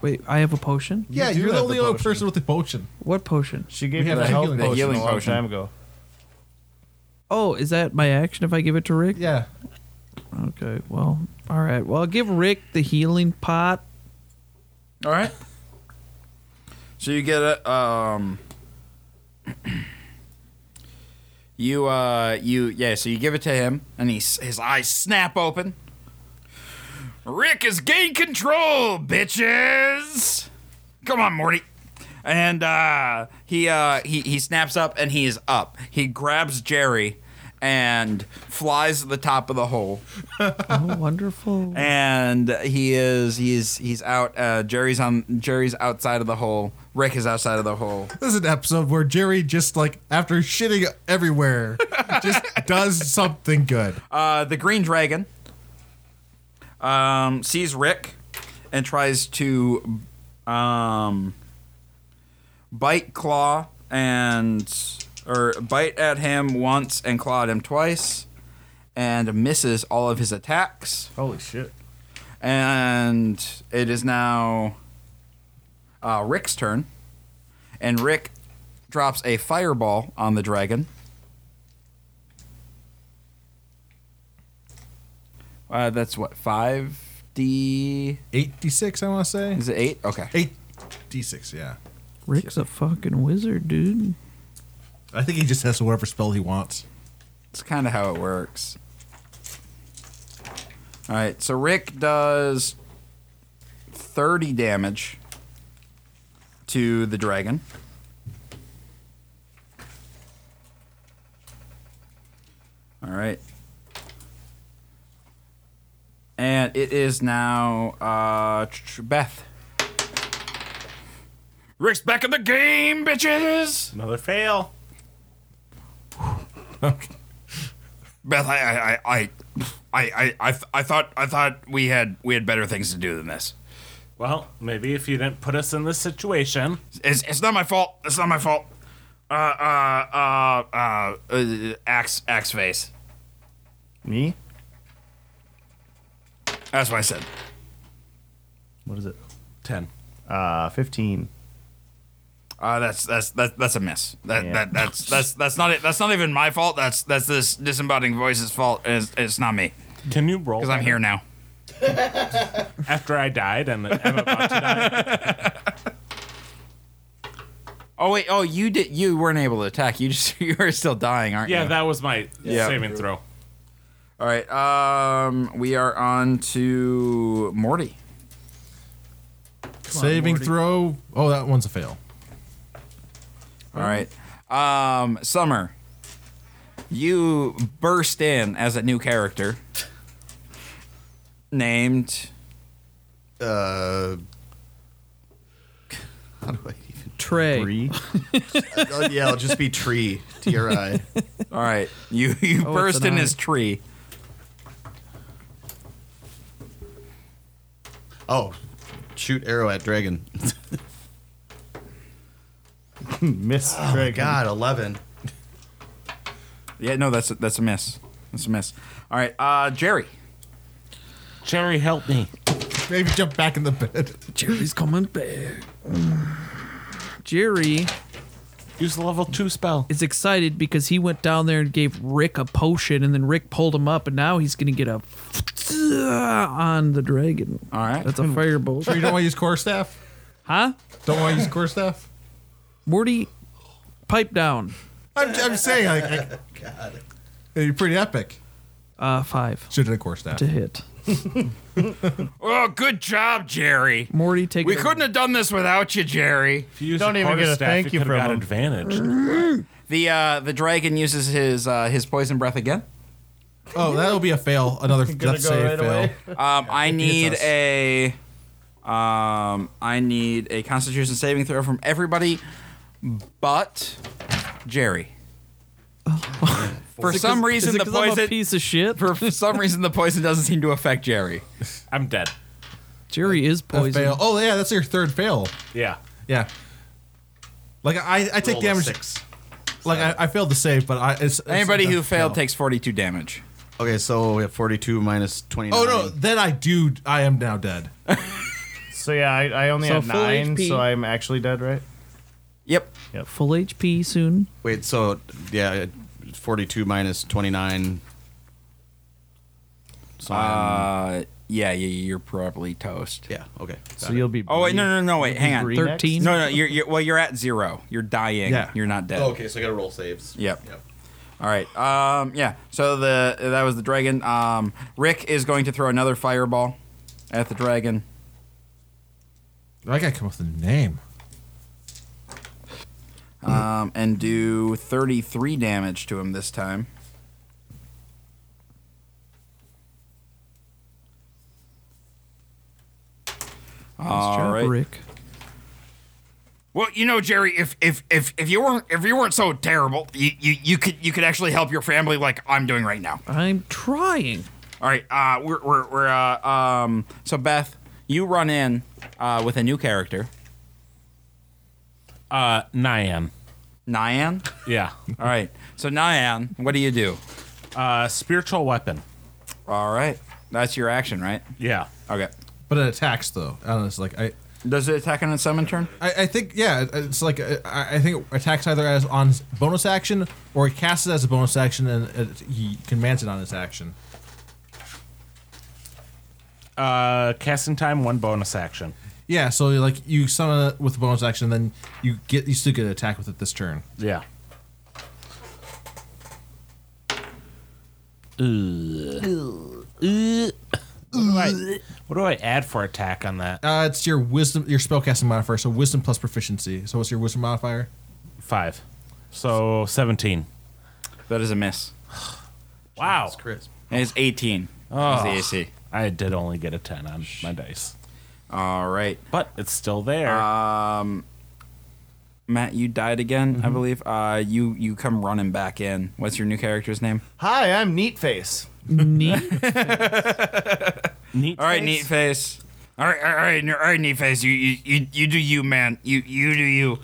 S6: Wait, I have a potion.
S2: yeah,
S3: you do
S2: you are the
S3: have the
S2: only other
S3: potion.
S2: person with the potion.
S6: What potion?
S3: She gave
S2: We
S3: you
S2: have
S3: the
S2: the
S3: health
S2: healing
S3: potion
S2: potion.
S3: a
S1: Healing
S3: long
S1: potion.
S3: time ago.
S6: Oh, is that my action if I give it to Rick?
S2: Yeah.
S6: Okay. Well, all right. Well, I'll give Rick the healing pot.
S1: All right. So you get a um. You uh you yeah so you give it to him and he s- his eyes snap open. Rick has gained control, bitches. Come on, Morty. And uh, he uh, he he snaps up and he is up. He grabs Jerry and flies to the top of the hole
S6: Oh, wonderful.
S1: and he is he's he's out uh, jerry's on jerry's outside of the hole rick is outside of the hole
S2: This is an episode where Jerry just like after shitting everywhere, just does something good.
S1: uh, the green dragon um, sees rick and tries to um, bite claw and or bite at him once and claw at him twice and misses all of his attacks
S3: Holy shit.
S1: And it is now uh, Rick's turn. And Rick drops a fireball on the dragon. Uh, that's what, 5D?
S2: Eight d six, I want to say.
S1: Is it 8? Okay.
S2: Eight d six. Yeah.
S6: Rick's a fucking wizard, dude.
S2: I think he just has whatever spell he wants.
S1: It's kind of how it works. All right, so Rick does 30 damage to the dragon. All right. And it is now uh, tr- Beth. Rick's back in the game, bitches!
S3: Another fail.
S1: Beth, I, I, I, I, I, I, I thought, I thought we had, we had better things to do than this.
S4: Well, maybe if you didn't put us in this situation.
S1: It's, it's not my fault. It's not my fault. Uh, uh, uh, uh, uh axe, axe face.
S3: Me?
S1: That's what I said.
S3: What is it?
S4: 10.
S3: Uh, 15.
S1: Uh, that's that's that, that's a miss. That,
S3: Yeah.
S1: that that's that's that's not it. That's not even my fault. That's that's this disembodied voice's fault. It's, it's not me
S4: Can you roll?
S1: because I'm
S4: that
S1: here now.
S4: After I died and I'm about to die.
S1: Oh wait. Oh, you did. You weren't able to attack. You just you were still dying, aren't
S4: Yeah,
S1: you?
S4: that was my
S1: Yeah.
S4: saving throw.
S1: All right. Um, we are on to Morty.
S2: Saving throw. Oh, that one's a fail.
S1: All right. Um, Summer, you burst in as a new character named.
S5: Uh, how do I even?
S6: Trey.
S3: Three.
S5: Oh, yeah, I'll just be tree. T R I.
S1: All right. You you
S6: Oh, it's
S1: burst
S6: an
S1: in
S6: eye.
S1: his tree.
S5: Oh, shoot arrow at dragon.
S3: Miss
S5: Oh God, eleven.
S1: Yeah. No, that's a, that's a miss. That's a miss. All right. Uh, Jerry.
S4: Jerry, help me.
S2: Maybe jump back in the bed.
S6: Jerry's coming back. Jerry
S4: Use the level 2 spell.
S6: is excited because he went down there and gave Rick a potion, and then Rick pulled him up, and now he's gonna get a on the dragon.
S1: All right.
S6: That's a fireball,
S2: Sure, you don't want to use core staff.
S6: huh?
S2: Don't want to use core staff.
S6: Morty, pipe down.
S2: I'm, I'm saying, like, I, God, it'd be pretty epic.
S6: Uh, five
S2: Should have core staff.
S6: to hit.
S1: Oh, good job, Jerry.
S6: Morty, take.
S1: We
S6: it
S1: couldn't have done this without you, Jerry.
S4: If you use
S3: Don't
S4: a
S3: even get a
S4: quarterstaff,
S3: thank you
S4: you could
S3: from
S4: have got
S3: him.
S4: advantage.
S1: The uh, the dragon uses his uh, his poison breath again.
S2: Oh, that'll be a fail. Another death save fail.
S1: Um, I need a, um, I need a Constitution saving throw from everybody, but Jerry. For some reason,
S6: Is it
S1: the
S6: 'cause I'm a
S1: poison.
S6: piece of shit?
S1: For some reason, the poison doesn't seem to affect Jerry.
S4: I'm dead.
S6: Jerry is
S2: A
S6: poisoned.
S2: fail. Oh yeah, that's your third fail.
S4: Yeah.
S2: Yeah. Like I, I take
S4: Roll a
S2: damage.
S4: six.
S2: Like I, I failed to save, but I. It's, it's
S1: Anybody
S2: a
S1: who
S2: death
S1: failed
S2: fail.
S1: takes 42 damage.
S5: Okay, so we have 42 minus 29.
S2: Oh no! Then I do. I am now dead.
S3: So yeah, I, I only
S6: So
S3: have
S6: full
S3: nine,
S6: HP.
S3: so I'm actually dead, right?
S1: Yep.
S6: Full HP soon.
S5: Wait, so yeah, 42 minus 29. So
S6: Um,
S5: I'm-
S1: Uh, yeah, yeah, you're probably toast.
S5: yeah, okay.
S3: So you'll be.
S1: Oh wait, no, no, no, wait, hang on.
S3: Green next?
S6: Thirteen.
S1: No, no, you're, you're well, you're at zero. You're dying.
S2: Yeah.
S1: You're not dead.
S5: Oh, okay, so I got to roll saves.
S1: Yep. All right. Um, yeah. So the that was the dragon. Um, Rick is going to throw another fireball at the dragon.
S2: I gotta come up with a name.
S1: Um, and do 33 damage to him this time. All
S6: Sure,
S1: right.
S6: Rick.
S1: Well, you know, Jerry, if if if, if you weren't if you weren't so terrible, you, you you could you could actually help your family like I'm doing right now.
S6: I'm trying.
S1: All right, uh, we're we're, we're uh, um. So Beth, you run in uh, with a new character,
S4: Uh, Nyan.
S1: Nyan.
S4: Yeah.
S1: All right, so Nyan, what do you do?
S4: Uh, spiritual weapon.
S1: All right, that's your action, right?
S4: Yeah.
S1: Okay.
S2: But it attacks though. I don't know. It's like I.
S1: Does it attack on its summon turn?
S2: I, I think yeah, it- it's like uh, I, I think it attacks either as on his bonus action or he casts it as a bonus action and it, he commands it on his action.
S4: Uh, casting time, one bonus action.
S2: Yeah, so like you summon it with a bonus action, then you get you still get an attack with it this turn.
S4: Yeah. What do I add for attack on that?
S2: Uh, it's your wisdom, your spellcasting modifier, so wisdom plus proficiency. So what's your wisdom modifier?
S4: Five. So 17.
S1: That is a miss.
S4: Wow.
S1: And it's 18. Oh. the AC.
S4: I did only get a 10 on my dice.
S1: All right,
S4: But it's still there.
S1: Matt, you died again, I believe. Uh, you you come running back in. What's your new character's name?
S3: Hi, I'm Neat Face.
S6: Neat.
S4: Neat
S1: All right,
S4: face.
S1: neat face. All right, all right, all right, neat face. You, you, you, you do you, man. You, you do you.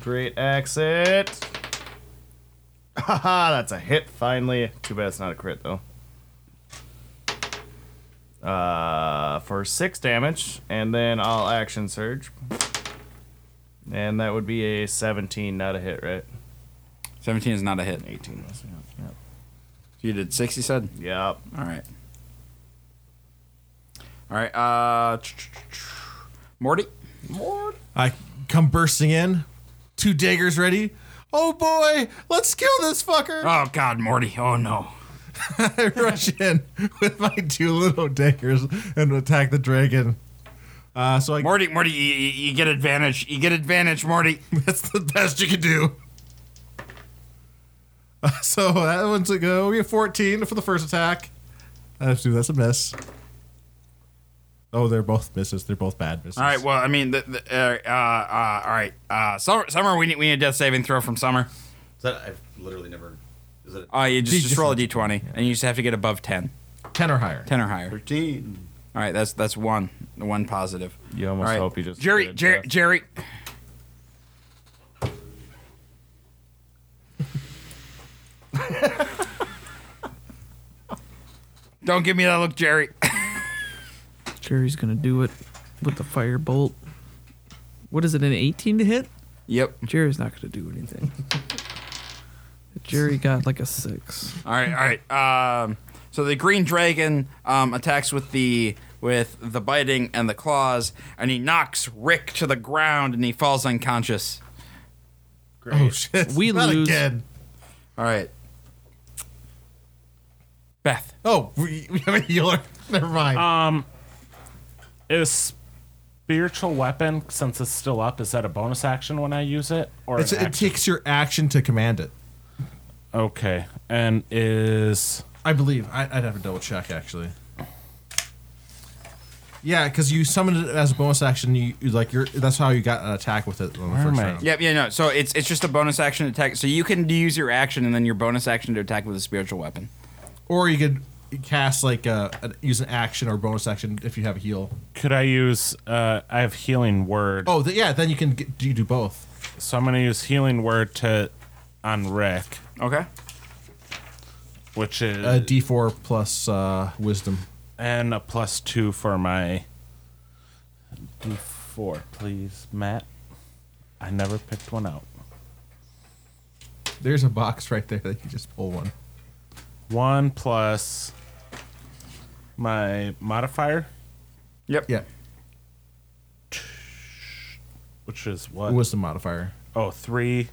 S3: Great exit. Haha, that's a hit finally. Too bad it's not a crit though. Uh, for six damage, and then I'll action surge. And that would be a 17, not a hit, right?
S1: Seventeen is not a hit.
S3: 18 was, yep.
S1: You did six. You said.
S3: Yep.
S1: All right. All right. Uh, tch, tch, tch. Morty.
S2: I come bursting in, two daggers ready. Oh boy, let's kill this fucker!
S1: Oh God, Morty. Oh no.
S2: I rush in with my two little daggers and attack the dragon. Uh, so I
S1: Morty, Morty, you, you you get advantage. You get advantage, Morty.
S2: That's the best you can do. Uh, so that one's a go. We have 14 for the first attack. That's, that's a miss. Oh, they're both misses. They're both bad misses.
S1: All right. Well, I mean, the, the, uh, uh, uh, all right. Uh, summer, summer. We need we need a death saving throw from Summer.
S5: Is that, I've literally never. Is it
S1: Uh, you just,
S2: You
S1: just
S2: just-
S1: roll a d20, and you just have to get above 10,
S2: 10 or higher.
S1: 10 or higher.
S5: 13?
S1: All right, that's that's one, one positive.
S3: You almost
S1: All right.
S3: hope you just
S1: Jerry,
S3: did
S1: Jerry,
S3: that.
S1: Jerry. Don't give me that look, Jerry.
S6: Jerry's gonna do it with the firebolt. What is it? An 18 to hit?
S1: yep.
S6: Jerry's not gonna do anything. Jerry got like a six.
S1: All right, all right. Um, so the green dragon um, attacks with the with the biting and the claws, and he knocks Rick to the ground, and he falls unconscious.
S2: Oh, shit.
S6: We
S2: Not
S6: lose.
S2: again.
S1: All right, Beth.
S2: Oh, we, we have a healer. Never mind.
S4: Is spiritual weapon, since it's still up, is that a bonus action when I use it? Or
S2: It's-
S4: an
S2: it
S4: action?
S2: takes your action to command it.
S4: Okay. and is
S2: I believe. I, I'd have to double check, actually. Yeah, because you summoned it as a bonus action. You you- like your that's how you got an attack with it on the
S4: Where
S2: first
S4: am I?
S2: round.
S1: Yep, yeah, no. So it's it's just a bonus action attack. So you can use your action and then your bonus action to attack with a spiritual weapon.
S2: Or you could cast like a, an use an action or bonus action if you have a heal.
S4: could I use? Uh, I have healing word,
S2: Oh, th- yeah, then you can get, you do both.
S4: so I'm gonna use healing word to on Rick,
S1: Okay.
S4: which is
S2: A D4 Uh, plus uh, wisdom.
S4: and a plus two for my D4, please, Matt. I never picked one out.
S2: There's a box right there that you just pull one.
S4: One plus my modifier,
S1: Yep.
S2: Yeah,
S4: which is what?
S2: wisdom modifier.
S4: oh, three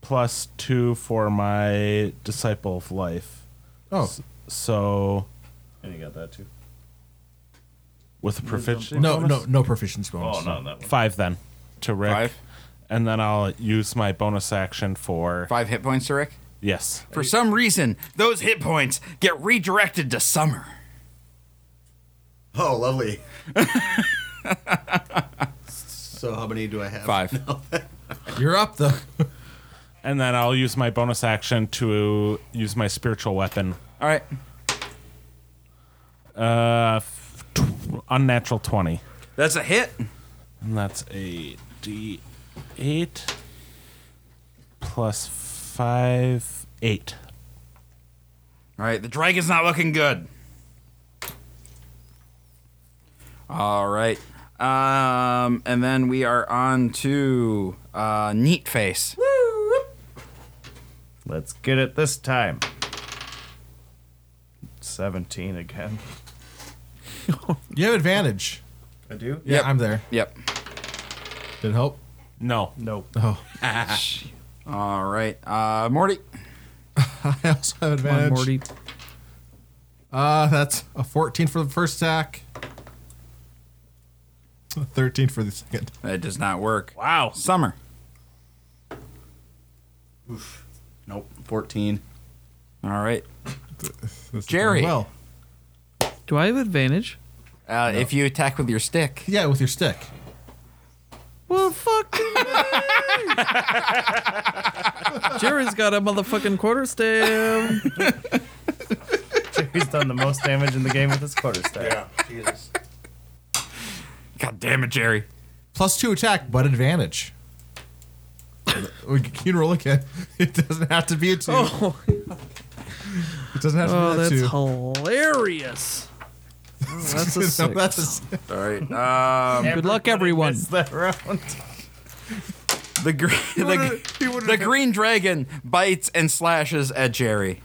S4: plus two for my disciple of life.
S2: Oh
S4: S- So
S3: And you got that too.
S4: with a proficiency,
S2: no, no,
S4: bonus?
S2: no proficiency bonus.
S3: Oh, not that one.
S4: five then to Rick,
S1: Five.
S4: and then I'll use my bonus action for
S1: Five hit points to Rick.
S4: yes.
S1: For some reason, those hit points get redirected to Summer.
S5: Oh, lovely. so how many do I have?
S1: Five.
S2: You're up though.
S4: And then I'll use my bonus action to use my spiritual weapon.
S1: All right.
S4: Uh, f- tw- unnatural 20.
S1: That's a hit.
S4: And that's a d8 plus 5, 8.
S1: All right. The dragon's not looking good. All right. Um, and then we are on to uh, Neat Face.
S3: Let's get it this time. 17 again.
S2: You have advantage.
S3: I do?
S2: Yeah,
S1: Yep.
S2: I'm there.
S1: Yep.
S2: Did it help?
S4: No.
S3: Nope.
S2: Oh,
S1: All right. Uh, Morty.
S2: I also have
S6: Come
S2: advantage.
S6: on, Morty.
S2: Uh, that's a 14 for the first attack. A 13 for the second.
S1: That does not work.
S4: Wow.
S1: Summer.
S5: Nope. Fourteen.
S1: All right.
S2: This is
S1: Jerry.
S2: going Well,
S6: Do I have advantage?
S1: Uh, If you attack with your stick,
S2: yeah, with your stick.
S6: Well, fuck. Jerry's got a motherfucking quarter staff.
S3: He's done the most damage in the game with his quarterstaff. Yeah.
S5: Jesus.
S1: God damn it, Jerry.
S2: Plus two attack, but advantage. you can roll again. It doesn't have to be a two.
S6: Oh,
S2: it doesn't have to
S6: oh,
S2: be a
S6: that's
S2: two.
S6: hilarious. Oh, that's a
S2: No,
S6: six.
S2: that's a six.
S1: All right. Um,
S6: Good luck, everyone.
S3: that round.
S1: the gre- the,
S2: would've- he
S1: gr-
S2: would've
S1: the
S2: hit-
S1: green dragon bites and slashes at Jerry.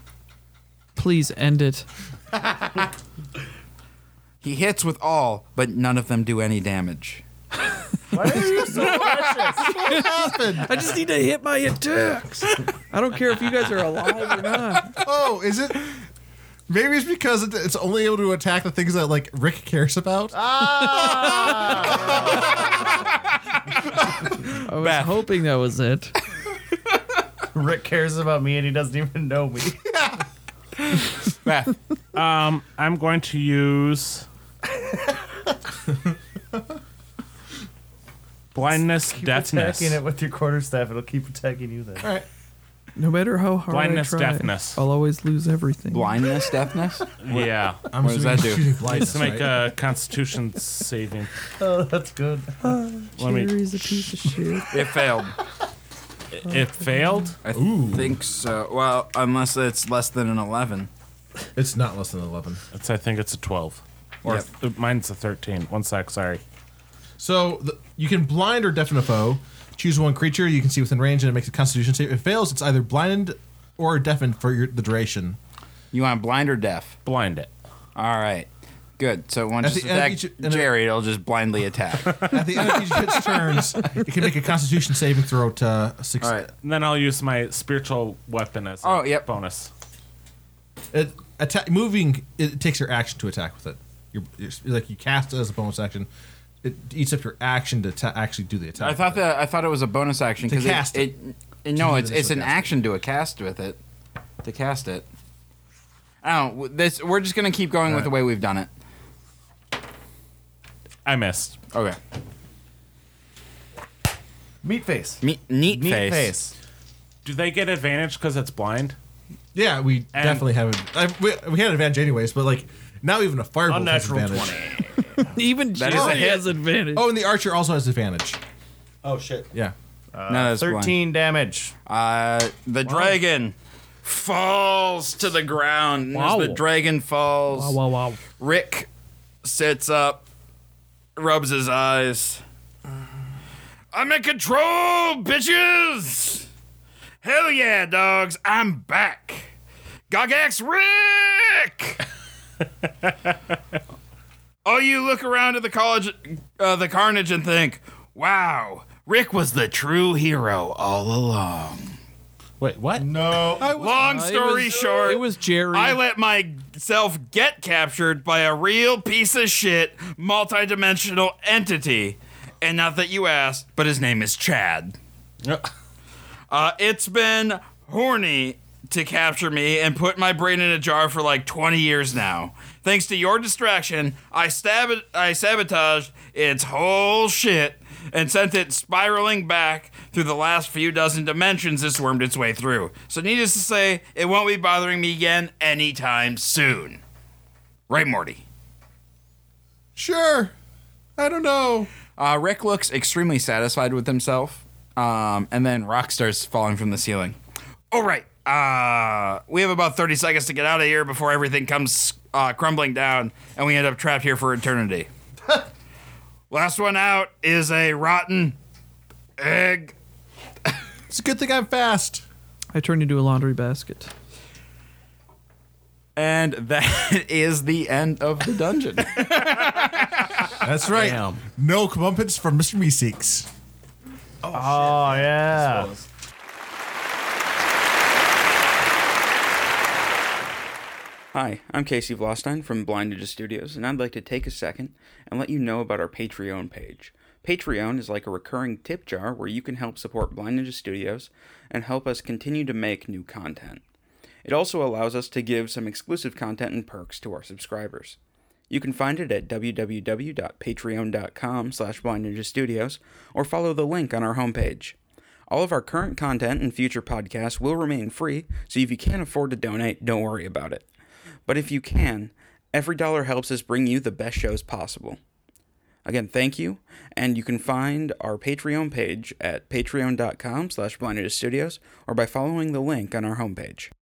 S6: Please end it.
S1: He hits with all, but none of them do any damage.
S3: Why are you so precious?
S6: I just need to hit my attacks. I don't care if you guys are alive or not.
S2: Oh, is it? Maybe it's because it- it's only able to attack the things that like Rick cares about.
S1: Ah.
S6: I was
S1: Beth.
S6: hoping that was it.
S3: Rick cares about me and he doesn't even know me.
S1: Beth.
S4: Um, I'm going to use. Blindness, deafness.
S3: Attacking it with your quarterstaff, it'll keep attacking you then.
S2: All right.
S6: No matter how hard
S4: Blindness,
S6: I try,
S4: deafness.
S6: I'll always lose everything.
S1: Blindness, deafness?
S4: Yeah.
S2: I'm
S1: What does that
S2: assuming
S1: do?
S2: you're blind,
S4: Let's make uh,
S2: right?
S4: a Constitution saving.
S3: Oh, that's good.
S4: Let me.
S6: Jerry's a piece of shit.
S1: It failed.
S4: It failed.
S1: I think so. Well, unless it's less than an 11.
S2: It's not less than eleven.
S4: It's. I think it's a twelve. Or
S1: Yep.
S4: th- mine's a thirteen. One sec. Sorry.
S2: So the, you can blind or deafen a foe. Choose one creature you can see within range, and it makes a Constitution save. If it fails, it's either blinded or deafened for your, the duration.
S1: You want blind or deaf?
S4: Blind it.
S1: All right. Good. So once
S2: At
S1: it's
S2: the end of
S1: attack
S2: each- and it-
S1: Jerry, it'll just blindly attack.
S2: At the end of each hit's turns, it can make a Constitution saving throw to uh, six.
S1: All right.
S4: And then I'll use my spiritual weapon as a
S1: Oh, yep.
S4: bonus.
S2: It, atta- moving it takes your action to attack with it. You're, you're, like you cast it as a bonus action. It eats up your action to ta- actually do the attack.
S1: I thought
S2: with it.
S1: that I thought it was a bonus action
S2: To
S1: because
S2: cast
S1: it,
S2: it.
S1: it, no,
S2: do
S1: it's
S2: this
S1: it's
S2: with
S1: an
S2: cast it.
S1: action to a cast with it. to cast it. I don't. w- This we're just gonna keep going with the way we've done it.
S4: I missed.
S1: Okay.
S3: Meat face.
S1: Me- neat,
S3: Meat
S1: face.
S3: face.
S4: Do they get advantage because it's blind?
S7: Yeah, we definitely haven't. I, we, we had an advantage anyways, but like now even a fireball has
S3: Unnatural
S7: advantage.
S3: 20.
S6: Even
S1: That
S6: that
S1: is a hit.
S6: has advantage.
S7: Oh, and the archer also has advantage.
S5: Oh shit.
S7: Yeah.
S1: no, that's blind.
S3: 13 damage.
S1: Uh, the dragon falls to the ground. And
S6: Wow.
S1: As the dragon falls,
S6: wow, wow, wow.
S1: Rick sits up, rubs his eyes. I'm in control, bitches! Hell yeah, dogs, I'm back! Gogax Rick! All you look around at the college, uh, the carnage, and think, wow, Rick was the true hero all along.
S4: Wait, what?
S5: No.
S1: Long story short,
S6: It was Jerry.
S1: I let myself get captured by a real piece of shit multidimensional entity. And not that you asked, but his name is Chad. Uh, it's been horny to capture me and put my brain in a jar for like 20 years now. Thanks to your distraction, I stab I sabotaged its whole shit and sent it spiraling back through the last few dozen dimensions it swarmed its way through. So needless to say, it won't be bothering me again anytime soon. Right, Morty?
S2: Sure. I don't know.
S1: Uh, Rick looks extremely satisfied with himself, um, and then rock starts falling from the ceiling. All right, uh, we have about 30 seconds to get out of here before everything comes uh, crumbling down, and we end up trapped here for eternity. Last one out is a rotten egg.
S2: It's a good thing I'm fast.
S6: I turned into a laundry basket.
S1: And that is the end of the dungeon.
S2: That's right. No comeuppance from Mr. Meeseeks.
S3: Oh, yeah.
S8: Hi, I'm Casey Vlostein from Blind Ninja Studios, and I'd like to take a second and let you know about our Patreon page. Patreon is like a recurring tip jar where you can help support Blind Ninja Studios and help us continue to make new content. It also allows us to give some exclusive content and perks to our subscribers. You can find it at www.patreon.com slash Blind Ninja Studios or follow the link on our homepage. All of our current content and future podcasts will remain free, so if you can't afford to donate, don't worry about it. But if you can, every dollar helps us bring you the best shows possible. Again, thank you, and you can find our Patreon page at patreon.com slash Blinded Studios or by following the link on our homepage.